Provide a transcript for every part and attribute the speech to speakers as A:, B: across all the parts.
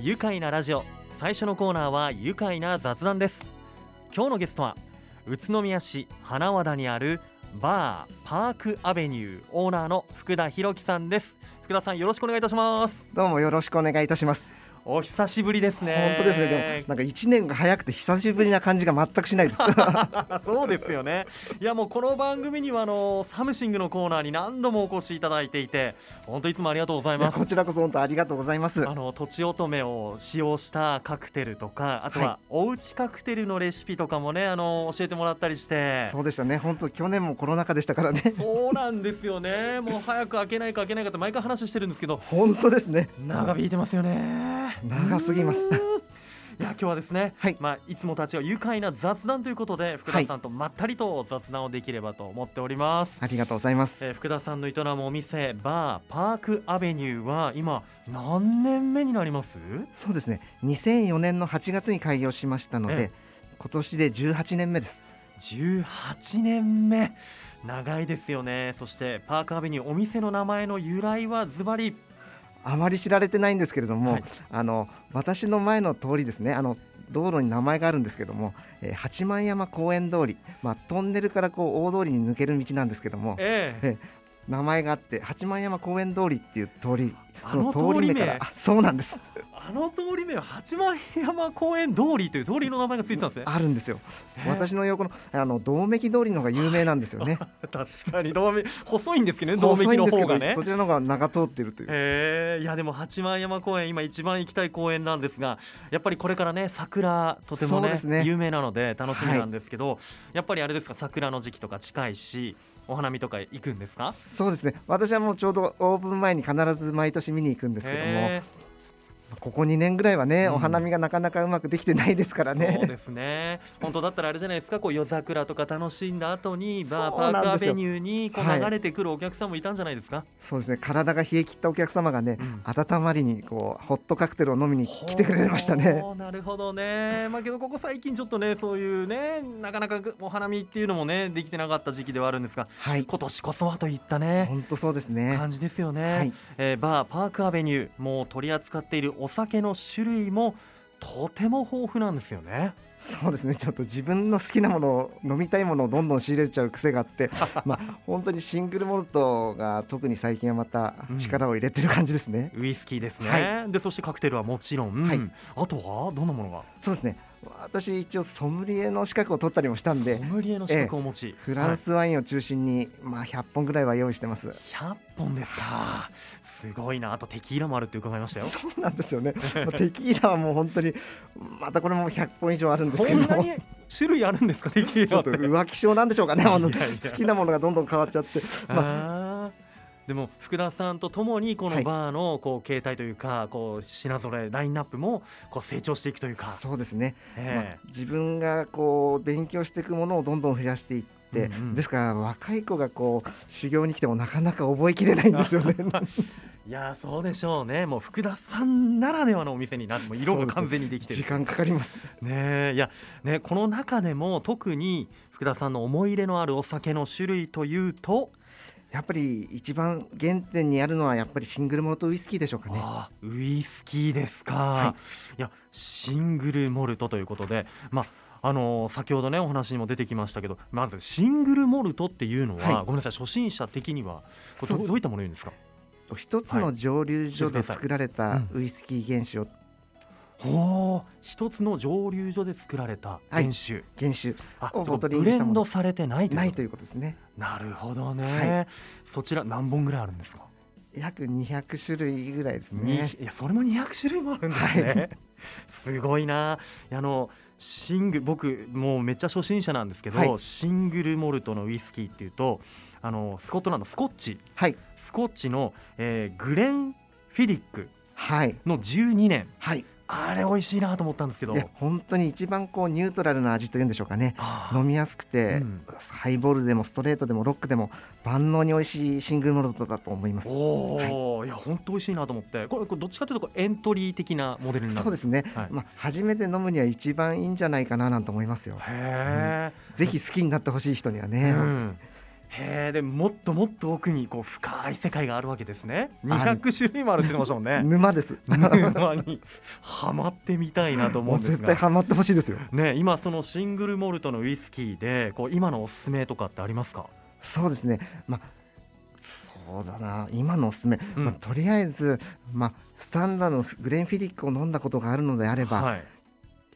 A: 愉快なラジオ最初のコーナーは愉快な雑談です今日のゲストは宇都宮市花和田にあるバーパークアベニューオーナーの福田博樹さんです福田さんよろしくお願いいたします
B: どうもよろしくお願いいたします。
A: お久しぶりですね
B: 本当ですね。でもなんか一年が早くて久しぶりな感じが全くしないです。
A: そうですよね。いやもうこの番組にはあのサムシングのコーナーに何度もお越しいただいていて、本当いつもありがとうございます。
B: こちらこそ本当ありがとうござい ます。
A: あのとちおとめを使用したカクテルとか、あと
B: は
A: はおうちカクテルのレシピとかもね、あの教えてもらったりして。
B: そうでしたね。本当去年もコロナ禍でしたからね。
A: そうなんですよ ね。もう早く開けないか開けないかって毎回話してるんですけど、
B: 本当ですね。
A: 長引いてますよね。
B: 長すぎます
A: うーん いや今日はですね、
B: はい
A: まあいつもたちは愉快な雑談ということで福田さんとまったりと雑談をできればと思っております。
B: ありがとうございます。
A: えー福田さんの営むお店バーパークアベニューは今何年目になります
B: そうですね。2004年の8月に開業しましたので、今年で18年目です。
A: 18年目長いですよねそしてパークアベニューお店の名前の由来はズバリ
B: あまり知られてないんですけれども、
A: はい
B: あの私の前の通りですね。あの道路に名前があるんですけども、えー八幡山公園通り、まあトンネルからこう大通りに抜ける道なんですけども、
A: ええ
B: え名前があって八幡山公園通りっていう通り
A: あの通り名
B: あそうなんです
A: あの通り名は八幡山公園通りという通りの名前がついてたんですね
B: あるんですよ、
A: ええ
B: 私の横のあの道めき通りの方が有名なんですよね
A: 確かに道明細いんですけどね 道明の方が
B: 細いんですけ
A: ね
B: どそちらの方が長通ってるという
A: へえいやでも八幡山公園今一番行きたい公園なんですがやっぱりこれからね桜とても
B: そう
A: ね
B: ですね
A: 有名なので楽しみなんですけど、やっぱりあれですか桜の時期とか近いしお花見とか行くんですか
B: そうですね私はもうちょうどオープン前に必ず毎年見に行くんですけども
A: へ
B: ここ2年ぐらいはね、
A: うん
B: お花見がなかなかうまくできてないですから
A: えそう
B: ね
A: ですね本当だったらあれじゃないですかこう夜桜とか楽しんだ後にバー
B: そ
A: パ
B: う
A: ーク
B: な
A: ア
B: んですよ
A: ベニューにこう
B: はい
A: 流れてくるお客さんもいたんじゃないですか、
B: そうですね体が冷え切ったお客様がね、
A: うん
B: 温まりにこうホットカクテルを飲みに来てくれましたね
A: ほうなるほどね、まあ、けどここ最近ちょっとねそういうねなかなかお花見っていうのもねできてなかった時期ではあるんですが
B: はい
A: 今年こそはといったね
B: 本当そうですね
A: 感じですよね、
B: はい
A: えーバーパークアベニューもう取り扱っているお酒の種類もとても豊富なんですよね
B: そうですねちょっと自分の好きなものを飲みたいものをどんどん仕入れちゃう癖があって まあ本当にシングルモルトが特に最近はまた力を入れてる感じですね、
A: ウイスキーですね、
B: は
A: でそしてカクテルはもちろん、
B: はい
A: あとはどんなものが
B: そうですね私一応ソムリエの資格を取ったりもしたんで
A: ソムリエの資格をお持ち、
B: フランスワインを中心に、まあ100本ぐらいは用意してます
A: はい100本ですかすごいなあとテキーラもあるって伺いましたよ
B: そうなんです よねまあテキーラはもう本当にまたこれも100本以上あるんです
A: そ
B: け
A: んな
B: ど
A: に種類あるんですかテキー
B: ちょ
A: ラ
B: っ
A: っ
B: と
A: て
B: 浮気症なんでしょうかねあの
A: いやいや
B: 好きなものがどんどん変わっちゃって、まあ、
A: あーでも福田さんとともにこ
B: は
A: の
B: い
A: バーのこう形態というかこう品ぞろえラインナップもこう成長していくというか、
B: そうですねまあ
A: ええ
B: 自分がこう勉強していくものをどんどん増やしていって、
A: うんうん
B: ですから若い子がこう修行に来てもなかなか覚えきれないんですよ ね。
A: いやーそうでしょうねもう福田さんならではのお店になってもう色が完全にできて
B: 時
A: る
B: 間かかります。
A: ねえいやねこの中でも特に福田さんの思い入れのあるお酒の種類というと、
B: やっぱり一番原点にあるのはやっぱりシングルモルトウイスキーでしょうかね。
A: あーウイスキーですか、い、やシングルモルトということでまああのー先ほどねお話にも出てきましたけどまずシングルモルトっていうのは、
B: はい
A: ごめんなさい初心者的にはこれ
B: そう
A: ど
B: です
A: どういったものを言うんですか
B: 一つの蒸留所で作られ
A: は
B: た
A: い
B: ウイスキー原酒を
A: ほう一つの蒸留所で作られた
B: はい
A: 原酒、
B: 原酒
A: あ
B: を
A: そう
B: ボ
A: か
B: トリ
A: ブ
B: ング
A: レ
B: した
A: ン
B: も
A: ド
B: の
A: されてないということ
B: ないということですね。
A: なるほどね、そちら何本ぐらいあるんですか
B: 約200種類ぐらいです
A: に
B: ね。
A: いやそれも200種類もあるんですね、
B: は
A: すごいないやあのシング僕もうめっちゃ初心者なんですけど、
B: はい
A: シングルモルトのウイスキーっていうとあのスコットランドスコッチ
B: はい
A: スコッチの、えーグレン・フィディック
B: はい
A: の12年
B: はい。
A: あれ美味しいなと思ったんですけど
B: いや本当に一番こうニュートラルな味というんでしょうかね。
A: あー
B: 飲みやすくて、
A: うん
B: ハイボールでもストレートでもロックでも万能に美味しいシングルモルトだと思います。
A: お
B: はい
A: ー、い、や本当美味しいなと思ってこれこれどっちかというとこうエントリー的なモデルになる
B: そうですね、
A: はい
B: まあ、初めて飲むには一番いいんじゃないかななんて思いますよ。
A: へえ、
B: ぜひ好きになってほしい人にはね、
A: うんへえでもっともっと奥にこう深い世界があるわけですね
B: あ
A: 200種類もあるって言ってましたもんね
B: 沼です。
A: 沼にはまってみたいなと思
B: も
A: う
B: うん
A: です
B: 絶対
A: が
B: ハマってほしいですよ。
A: ね今そのシングルモルトのウイスキーでこう今のおすすめとかってありますか
B: そうですね。まあそうだな今のおすすめ、
A: うん
B: まあ、とりあえず、まあ、スタンダードのグレンフィディックを飲んだことがあるのであれば、
A: はい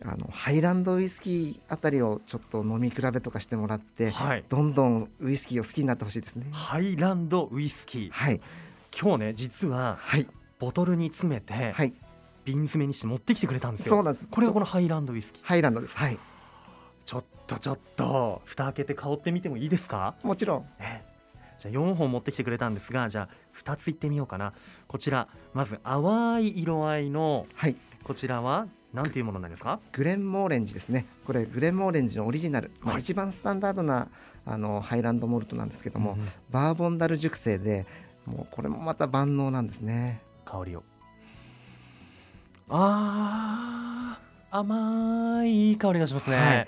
B: あのハイランドウイスキーあたりをちょっと飲み比べとかしてもらって、
A: はい
B: どんどんウイスキーを好きになってほしいですね。
A: ハイランドウイスキー
B: はい
A: 今日ね実は
B: はい
A: ボトルに詰めて
B: はい
A: 瓶詰めにして持ってきてくれたんですよ
B: そうなんです。
A: これがこのハイランドウイスキー
B: ハイランドです。はい
A: ちょっとちょっと蓋開けて香ってみてもいいですか
B: もちろん
A: えじゃあ4本持ってきてくれたんですがじゃあ2ついってみようかなこちらまず淡い色合いの
B: はい
A: こちらは何ていうものなんですか
B: グレンモーレンジですね。これグレンモーレンジのオリジナル、ま
A: は
B: あ、
A: い
B: 一番スタンダードなあのハイランドモルトなんですけども、
A: ん
B: バーボンダル熟成でもうこれもまた万能なんですね
A: 香りをあー甘いいい香りがしますね、
B: はい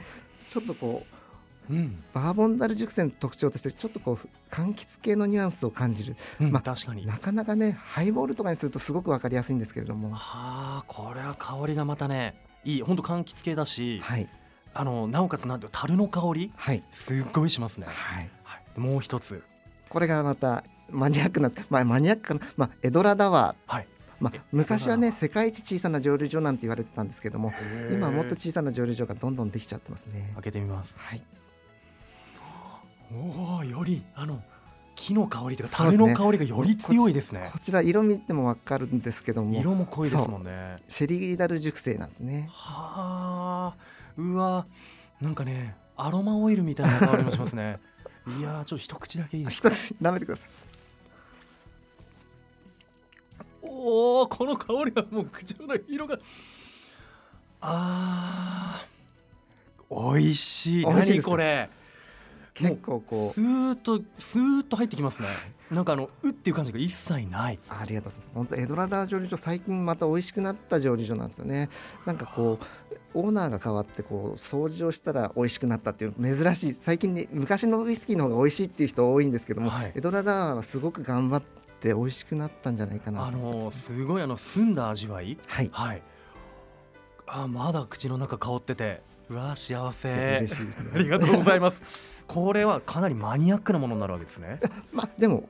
B: ちょっとこう
A: うん、
B: バーボンダル熟成の特徴としてちょっとこう柑橘系のニュアンスを感じる
A: うん
B: まあ
A: 確かに
B: なかなかねハイボールとかにするとすごく分かりやすいんですけれども
A: あーこれは香りがまたねいい本当柑橘系だし、
B: はい
A: あのなおかつなんていうの樽の香り
B: はい
A: すっごいしますね、
B: はい
A: はい、もう一つ
B: これがまたマニアックな、まあ、マニアックかな、まあ、エドラダワー、
A: はい
B: ま
A: え
B: あ、昔はね
A: エドラダワー
B: 世界一小さな蒸留所なんて言われてたんですけども今はもっと
A: へー
B: 小さな蒸留所がどんどんできちゃってますね
A: 開けてみます
B: はい
A: おおよりあの木の香りというか
B: そう
A: 樽
B: ですね
A: の香りがより強いですね
B: こちら色見ても分かるんですけども
A: 色も濃いですもんね
B: シェリーダル熟成なんですね
A: はあうわなんかねアロマオイルみたいな香りもします ねいやーちょっと一口だけいいですか
B: 一口舐めてください
A: おおこの香りはもう口の中色があー美味しい
B: 美味
A: 何
B: しいですか
A: これ
B: 結構こ
A: ス
B: う
A: ーッとスーッと入ってきますねなんかあのうっていう感じが一切ない
B: ありがとうございます本当エドラダー蒸留所最近また美味しくなった蒸留所なんですよねなんかこうオーナーが変わってこう掃除をしたら美味しくなったっていう珍しい最近ね昔のウイスキーの方が美味しいっていう人多いんですけども、
A: はい
B: エドラダーはすごく頑張って美味しくなったんじゃないかな
A: あ
B: と思い
A: の
B: ま
A: ー
B: す
A: すごいあの澄んだ味わい
B: はい
A: はい。あまだ口の中香ってて、うわ幸せ
B: 嬉。しいですね
A: ありがとうございます。これはかなりマニアックなものになるわけです ね。
B: まあでも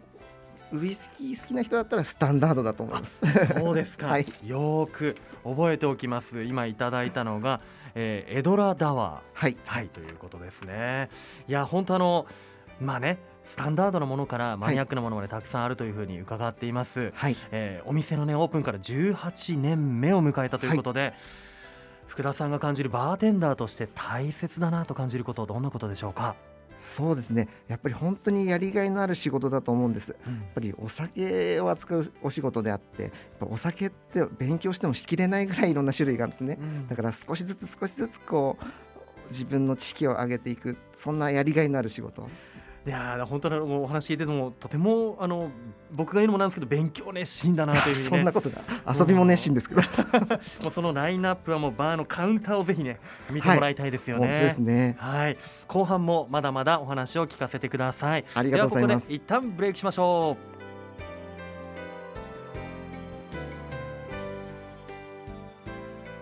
B: ウイスキー好きな人だったらスタンダードだと思 います
A: そうですか。
B: はい
A: よーく覚えておきます。今いただいたのが、えーエドラダワ
B: はい
A: ー。はいということですね。いや本当あのまあね。スタンダードなものからマニアックなものまでたくさんあるというふうに伺っています、
B: はい
A: えーお店のねオープンから18年目を迎えたということで、福田さんが感じるバーテンダーとして大切だなと感じることどんなことでしょうか、
B: そうですねやっぱり本当にやりがいのある仕事だと思うんですやっ
A: うん
B: ぱりお酒を扱うお仕事であってやっぱお酒って勉強してもしきれないぐらいいろんな種類があるんですねだから少しずつ少しずつこう自分の知識を上げていくそんなやりがいのある仕事
A: いやー本当にあのお話聞いててもとてもあの僕が言うのもなんですけど勉強熱心だなというふうに
B: そ
A: ね
B: んなことが遊びも熱心ですけど
A: もうそのラインナップはもうバーのカウンターをぜひね見てもらいたいですよ
B: 本当
A: ね。
B: ですね
A: はい後半もまだまだお話を聞かせてください。
B: あり
A: で
B: がと
A: はこ
B: うござい
A: こで
B: ます
A: 一旦ブレイクしましょう。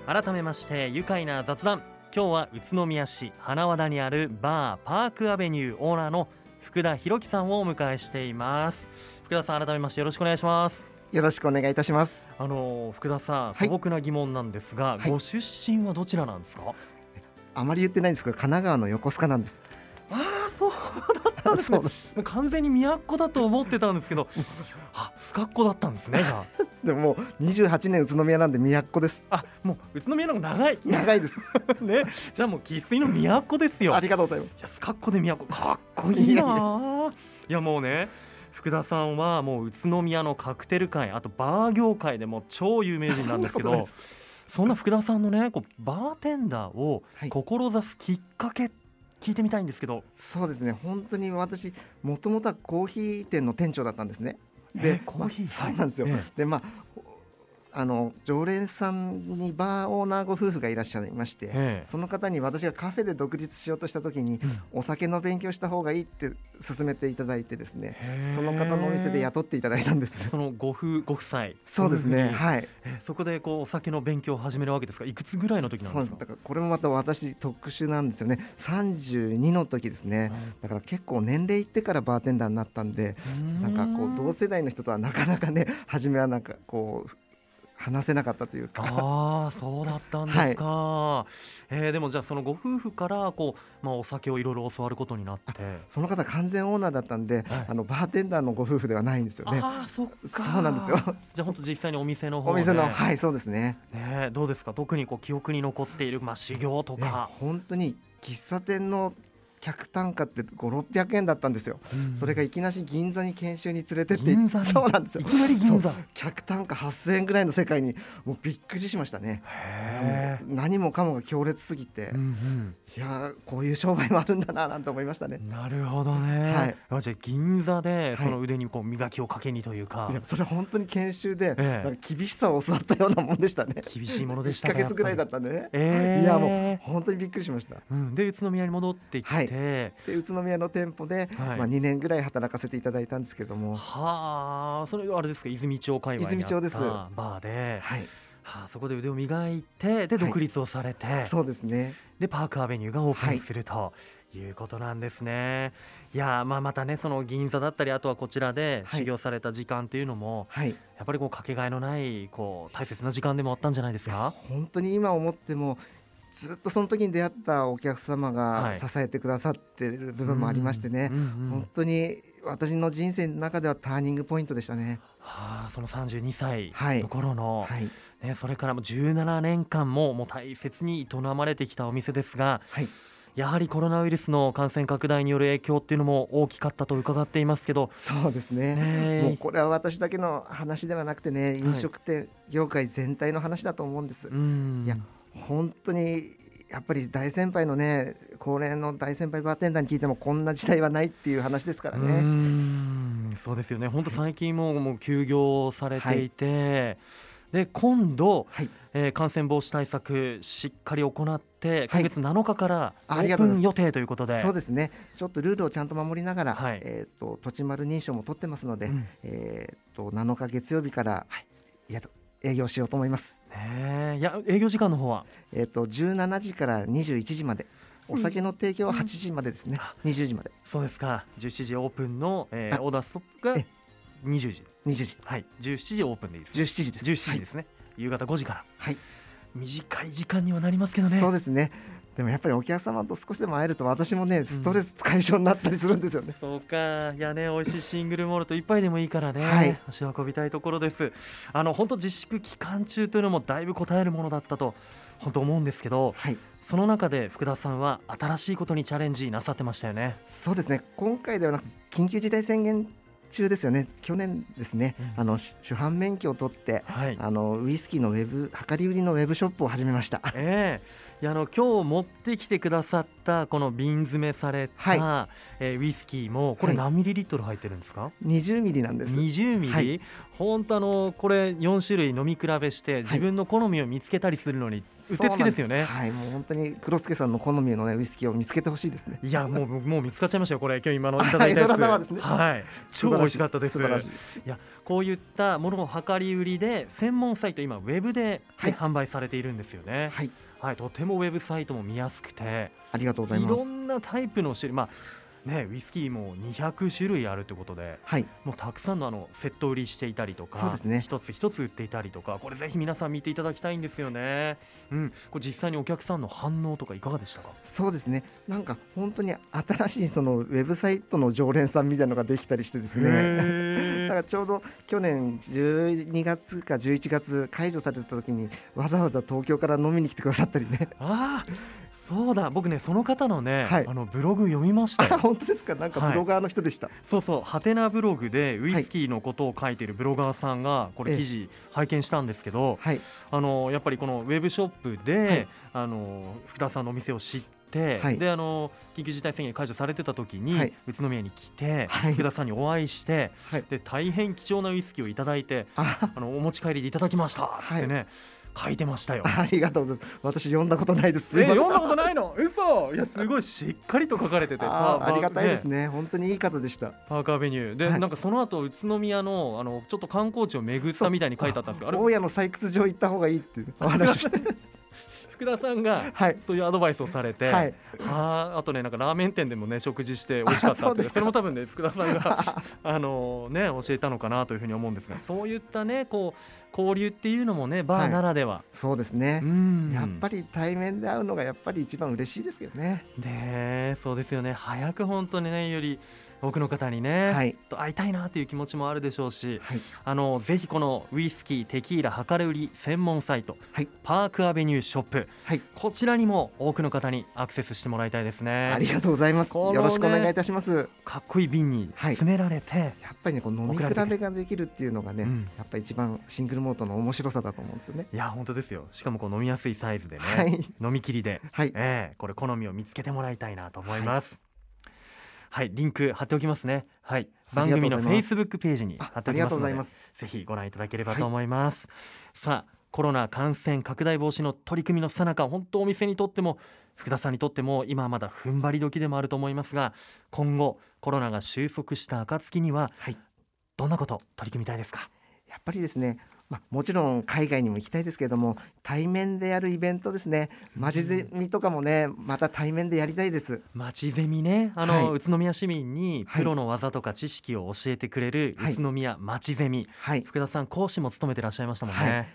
A: 改めまして愉快な雑談今日は宇都宮市花和田にあるバーパークアベニューオーナーの福田博樹さんをお迎えしています福田さん改めましてよろしくお願いします
B: よろしくお願いいたします
A: あのー福田さん
B: はい
A: 素朴な疑問なんですが、
B: はい
A: ご出身はどちらなんですか、
B: あまり言ってないんですけど神奈川の横須賀なんです
A: ああそうだったんですね
B: そうです
A: もう完全に都だと思ってたんですけど あスカッコだったんです ねじゃ
B: でももう28年宇都宮なんで都です
A: ああもう宇都宮の方が長い
B: 長いです
A: ねじゃあもう生粋の都ですよ
B: ありがとうございます
A: いやスカッコで都かっこいいなあいやもうね福田さんはもう宇都宮のカクテル界あとバー業界でも超有名人なんですけ
B: そんなことない
A: ど
B: です
A: そんな福田さんのねこうバーテンダーを
B: はい
A: 志すきっかけ聞いてみたいんですけど、
B: そうですね本当に私もともとはコーヒー店の店長だったんですね
A: えーコーヒー
B: まあ
A: はい
B: そうなんですよ、
A: ええ
B: でまああの常連さんにバーオーナーご夫婦がいらっしゃいまして、
A: ええ
B: その方に私がカフェで独立しようとした時に、お酒の勉強した方がいいって勧めていただいてですね
A: へえ
B: その方のお店で雇っていただいたんです。
A: そのご夫ご夫妻
B: そうですね、
A: ご夫婦に
B: はい、
A: えそこでこうお酒の勉強を始めるわけですがいくつぐらいの時なん
B: そ
A: で
B: う
A: すか
B: だからこれもまた私特殊なんですよね32の時ですねだから結構年齢いってからバーテンダーになったんでなんかこう同世代の人とはなかなかね初めはなんかこう話せなかったというか
A: ああそうだったんですか、えーでもじゃあそのご夫婦からこう、まあ、お酒をいろいろ教わることになって
B: その方完全オーナーだったんで、
A: はい
B: あのバーテンダーのご夫婦ではないんですよね
A: ああそっか
B: そうなんですよ
A: じゃあ本当実際にお店の方
B: お
A: で
B: 店のはいそうですね
A: ねどうですか特にこう記憶に残っている、まあ、修行と
B: いや
A: か、
B: 本当に喫茶店の客単価って5600円だったんですよ、
A: うん
B: それがいきなし銀座に研修に連れてって
A: 銀座に
B: そうなんですよ
A: いきなり銀座
B: そう客単価8000円ぐらいの世界にもうびっくりしましたね
A: へえ
B: もう何もかもが強烈すぎて、
A: うん
B: い
A: うん
B: やーこういう商売もあるんだななんて思いましたね
A: なるほどね、
B: はい
A: あじゃあ銀座で
B: い
A: その腕にこう磨きをかけにというか、
B: いやそれ本当に研修で、
A: ええ
B: なんか厳しさを教わったようなもんでしたね
A: 厳しいものでした
B: 1ヶ月ぐらいだ
A: っ
B: ったんでね、
A: た、えー、
B: いやもう本当にびっくりしました
A: うん、で宇都宮に戻ってきて、
B: は
A: はい
B: で宇都宮の店舗で、
A: はい
B: まあ、2年ぐらい働かせていただいたんですけども、
A: あそれあれですか泉町界隈にあ
B: 泉町
A: っ
B: です
A: たバーで、
B: はい、
A: はあ、そこで腕を磨いてで
B: はい
A: 独立をされて、
B: そうですね
A: でパークアベニューがオープンするということなんですね。い、やまあまたねその銀座だったりあとはこちらで
B: はい
A: 修行された時間というのも、
B: はい
A: やっぱりこうかけがえのないこう大切な時間でもあったんじゃないですか。
B: 本当に今思ってもずっとその時に出会ったお客様
A: は
B: が
A: い
B: 支えてくださってる部分もありましてね、
A: うんうんうん
B: 本当に私の人生の中ではターニングポイントでしたね。
A: はあ、その32歳
B: はい
A: の頃の、
B: はい、
A: ね、それからも17年間ももう大切に営まれてきたお店ですが
B: はい、
A: やはりコロナウイルスの感染拡大による影響っていうのも大きかったと伺っていますけど、
B: そうですね
A: ねえ
B: もうこれは私だけの話ではなくてね飲食店業界全体の話だと思うんです。
A: うん
B: いや本当にやっぱり大先輩のね高齢の大先輩バーテンダーに聞いてもこんな時代はないっていう話ですから
A: う
B: ね。
A: んそうですよね本当最近もうもう休業されていて、で今度、
B: はい
A: えー感染防止対策しっかり行って
B: はい
A: 今月7日からオ
B: ああり
A: ー
B: が
A: プ
B: とうご
A: ン
B: ざいま
A: 予定ということで。
B: そうですねちょっとルールをちゃんと守りながら、
A: はい
B: えー、と土地丸認証も取ってますので、
A: うん
B: えー、と7日月曜日からやる、営業しようと思います、
A: ねえいや営業時間の方は
B: えー、と17時から21時までお酒の提供は8時までですね、20時まで
A: そうですか17時オープンの、えー
B: あ
A: オーダーストップが
B: え
A: 20時
B: 20時
A: はい17時オープンでいいです
B: 17時です
A: 17時ですね、夕方5時から
B: はい、
A: 短い時間にはなりますけどね
B: そうですねでもやっぱりお客様と少しでも会えると私もねストレス解消になったりするんですよね、
A: そうかいやね美味しいシングルモルト一杯でもいいからね、
B: はい
A: 足を運びたいところですあの本当自粛期間中というのもだいぶ応えるものだったと本当思うんですけど
B: はい
A: その中で福田さんは新しいことにチャレンジなさってましたよね
B: そうですね今回ではなく緊急事態宣言中ですよね去年ですね、
A: うん
B: あの主主犯免許を取って、
A: はい
B: あのウイスキーのウェブ量り売りのウェブショップを始めました。
A: ええいやあの今日持ってきてくださったこの瓶詰めされた、
B: は
A: えーウイスキーもこれ
B: はい
A: 何ミリリットル入ってるんですか、
B: 20ミリなんです。
A: 20ミリ、
B: はい
A: 本当あのこれ4種類飲み比べして自分の好みを見つけたりするのにうってつけですよね。
B: はい、もう本当に黒助さんの好みのねウイスキーを見つけてほしいですね。
A: いやもうもう見つかっちゃいましたよこれ今日今のいただいたや
B: あ
A: つ
B: 江戸川ですね
A: はい超美味しかったです
B: 素晴らしい
A: いやこういったものを量り売りで専門サイト今ウェブでね、
B: はい
A: 販売されているんですよね
B: はい、
A: はいとてもウェブサイトも見やすくて
B: ありがとうござい
A: い
B: ま
A: ろ
B: す。
A: んなタイプの種類まあねウイスキーも200種類あるってことで
B: はい、
A: もうたくさんのあのセット売りしていたりとか
B: そうですね
A: 一つ一つ売っていたりとかこれぜひ皆さん見ていただきたいんですよね、うん、これ実際にお客さんの反応とかいかがでしたか
B: そうですね。なんか本当に新しいそのウェブサイトの常連さんみたいなのができたりしてですね。だからちょうど去年12月か11月解除された時にわざわざ東京から飲みに来てくださったりね。
A: ああそうだ僕ねその方のね、
B: はい
A: あのブログ読みました
B: あ、
A: よ
B: 本当ですか。なんかブロガーの人でした。
A: そうそうハテナブログでウイスキーのことを書いてるブロガーさんがこれ記事拝見したんですけど、
B: はい、
A: あのやっぱりこのウェブショップで、
B: はい
A: あの福田さんのお店を知っって、
B: はい
A: であの緊急事態宣言解除されてた時に、
B: はい
A: 宇都宮に来て、
B: はい
A: 福田さんにお会いして、
B: はい
A: で大変貴重なウイスキーをいただいて
B: あ
A: あのお持ち帰りでいただきましたっつってね、書いてましたよ。
B: ありがとうございます私読んだことないですす
A: え
B: いません
A: 読んだことないの嘘いやすごいしっかりと書かれてて
B: あ
A: パ
B: ー
A: ー
B: ありがたいです
A: ね
B: ね本当にいい方でした
A: パークアベニューで、
B: はい
A: なんかその後宇都宮のあのちょっと観光地を巡ったみたいに書いてあったんですよあれ
B: 大家の採掘場行った方がいいっていうお話をして
A: 福田さんが
B: はい
A: そういうアドバイスをされて、
B: はい
A: あーあとねなんかラーメン店でもね食事して美味しかった
B: あそ
A: っ
B: う
A: て
B: で
A: そ
B: すか
A: れも多分ね福田さん があのね教えたのかなというふうに思うんですがそういったねこう交流っていうのもねバーならでは、
B: そうですね
A: うん
B: やっぱり対面で会うのがやっぱり一番嬉しいですけどね
A: ねえそうですよね早く本当にねより多くの方にね、
B: はい
A: と会いたいなっていう気持ちもあるでしょうし
B: はい
A: あのぜひこのウイスキーテキーラ量り売り専門サイト、
B: はい
A: パークアベニューショップ
B: はい
A: こちらにも多くの方にアクセスしてもらいたいですね
B: ありがとうございます、
A: このね
B: よろしくお願いいたします
A: かっこいい瓶に
B: はい
A: 詰められて、
B: やっぱりねこう飲み比べができるっていうのがね、
A: うん
B: やっぱり一番シングルモートの面白さだと思うんですよね
A: いや本当ですよしかもこう飲みやすいサイズでね、
B: はい
A: 飲み切りで、
B: はい
A: ええこれ好みを見つけてもらいたいなと思いますはい、リンク貼っておきますねはい
B: あ
A: 番
B: りがと
A: 組
B: うござい
A: の
B: ま
A: フェ
B: す
A: イスブックページに
B: あ
A: 貼ってお
B: あり
A: き
B: が
A: ますの
B: とうござ
A: で
B: います
A: ぜひご覧いただければと思います、さあコロナ感染拡大防止の取り組みのさなか本当お店にとっても福田さんにとっても今はまだ踏ん張り時でもあると思いますが今後コロナが収束した暁には、
B: はい
A: どんなこと取り組みたいですか
B: やっぱりですね、まあ、もちろん海外にも行きたいですけれども対面でやるイベントですねマジゼミとかもねまた対面でやりたいです
A: 町ゼミねあの、
B: はい
A: 宇都宮市民に
B: はい
A: プロの技とか知識を教えてくれる
B: はい
A: 宇都宮町ゼミ、
B: はい
A: 福田さん講師も務めてらっしゃいましたもんね、
B: はい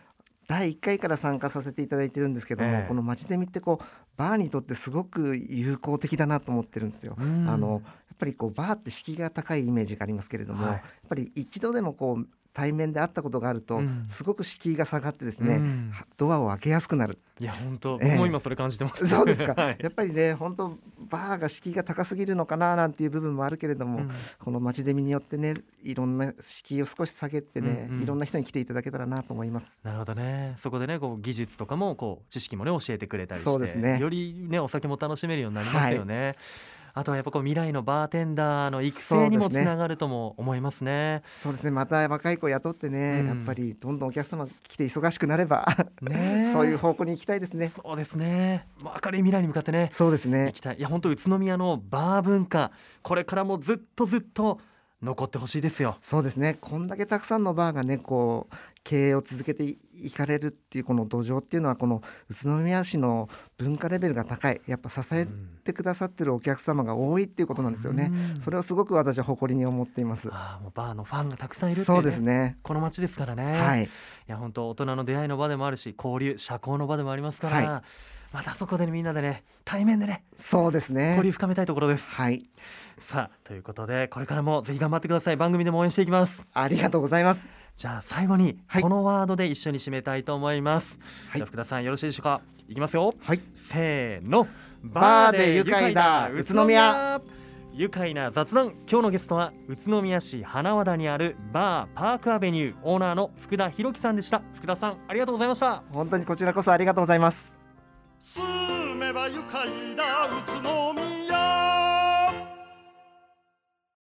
B: 第1回から参加させていただいてるんですけども、
A: ええ
B: この街ゼミってこうバーにとってすごく有効的だなと思ってるんですよ。
A: うん
B: あのやっぱりこうバーって敷居が高いイメージがありますけれども、
A: はい
B: やっぱり一度でもこう対面で会ったことがあると、
A: うん
B: すごく敷居が下がってです
A: う
B: ね、
A: ん
B: ドアを開けやすくなる。
A: いや本当、
B: ええ
A: 僕も今それ感じてます
B: そうです か、
A: はい
B: やっぱりね本当バーが敷居が高すぎるのかななんていう部分もあるけれども、
A: うん
B: この街ゼミによってねいろんな敷居を少し下げてね、
A: うんうん
B: いろんな人に来ていただけたらなと思います。
A: なるほどねそこでねこう技術とかもこう知識もね教えてくれたりして
B: そうですね
A: よりねお酒も楽しめるようになりますよね、あとはやっぱこう未来のバーテンダーの育成にも
B: そう
A: つ
B: ですね
A: ながるとも思いますね。
B: そうですねまた若い子雇ってね、
A: うん
B: やっぱりどんどんお客様が来て忙しくなれば、
A: ねえ
B: そういう方向に行きたいですね。
A: そうですね。まあ明るい未来に向かってね、
B: そうです
A: 行
B: ね
A: きたい。いや本当宇都宮のバー文化これからもずっとずっと残ってほしいですよ。
B: そうですねこんだけたくさんのバーがねこう経営を続けていいかれるっていうこの土壌っていうのはこの宇都宮市の文化レベルが高いやっぱ支えてくださってるお客様が多いっていうことなんですよね、
A: うん
B: それをすごく私は誇りに思っています、
A: ああもうバーのファンがたくさんいるってい
B: そうですね
A: この街ですからね。。
B: はいい
A: や本当大人の出会いの場でもあるし交流社交の場でもありますから、
B: は
A: またそこでねみんなでね対面でね
B: そうですね
A: 交流深めたいところです。
B: はい
A: さあということでこれからもぜひ頑張ってください。番組でも応援していきます。
B: ありがとうございます
A: じゃあ最後に
B: はい
A: このワードで一緒に締めたいと思います、
B: はい
A: じゃあ福田さんよろしいでしょうかいきますよ
B: はい
A: せーの
B: バーで愉快だ宇都宮
A: 愉快な雑談今日のゲストは宇都宮市花和田にあるバーパークアベニューオーナーの福田博樹さんでした福田さんありがとうございました
B: 本当にこちらこそありがとうございます
C: 住めば愉快だ宇都宮